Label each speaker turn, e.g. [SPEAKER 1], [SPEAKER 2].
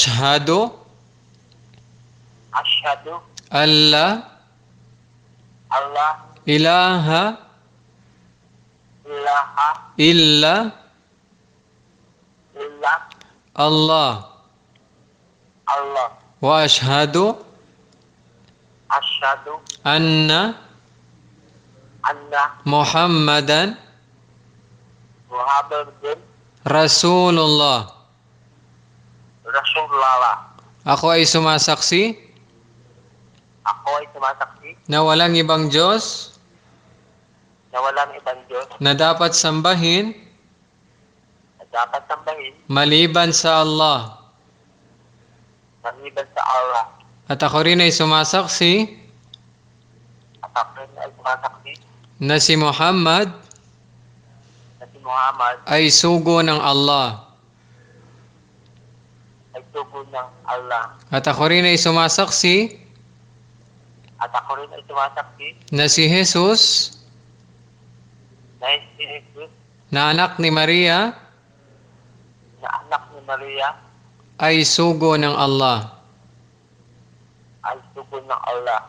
[SPEAKER 1] أشهد
[SPEAKER 2] أشهد
[SPEAKER 1] أن لا
[SPEAKER 2] أن لا
[SPEAKER 1] إله
[SPEAKER 2] إله
[SPEAKER 1] إلا
[SPEAKER 2] إلا
[SPEAKER 1] الله
[SPEAKER 2] الله
[SPEAKER 1] وأشهد
[SPEAKER 2] أشهد
[SPEAKER 1] أن
[SPEAKER 2] أن
[SPEAKER 1] محمدا
[SPEAKER 2] محمد
[SPEAKER 1] رسول Allah.
[SPEAKER 2] Rasulullah
[SPEAKER 1] Ako ay sumasaksi
[SPEAKER 2] Ako ay sumasaksi
[SPEAKER 1] na walang ibang Diyos
[SPEAKER 2] na walang ibang Diyos
[SPEAKER 1] na dapat sambahin
[SPEAKER 2] na dapat sambahin
[SPEAKER 1] maliban sa Allah.
[SPEAKER 2] maliban sa Allah.
[SPEAKER 1] At ako rin ay sumasaksi
[SPEAKER 2] At ako rin ay sumasaksi
[SPEAKER 1] na si Muhammad
[SPEAKER 2] na si Muhammad
[SPEAKER 1] ay sugo ng Allah.
[SPEAKER 2] ay tugon ng Allah.
[SPEAKER 1] At ako rin ay sumasaksi
[SPEAKER 2] At ako rin ay sumasaksi
[SPEAKER 1] na si Jesus
[SPEAKER 2] na si Jesus
[SPEAKER 1] na anak ni Maria
[SPEAKER 2] na anak ni Maria
[SPEAKER 1] ay sugo ng Allah.
[SPEAKER 2] ay tugon ng Allah.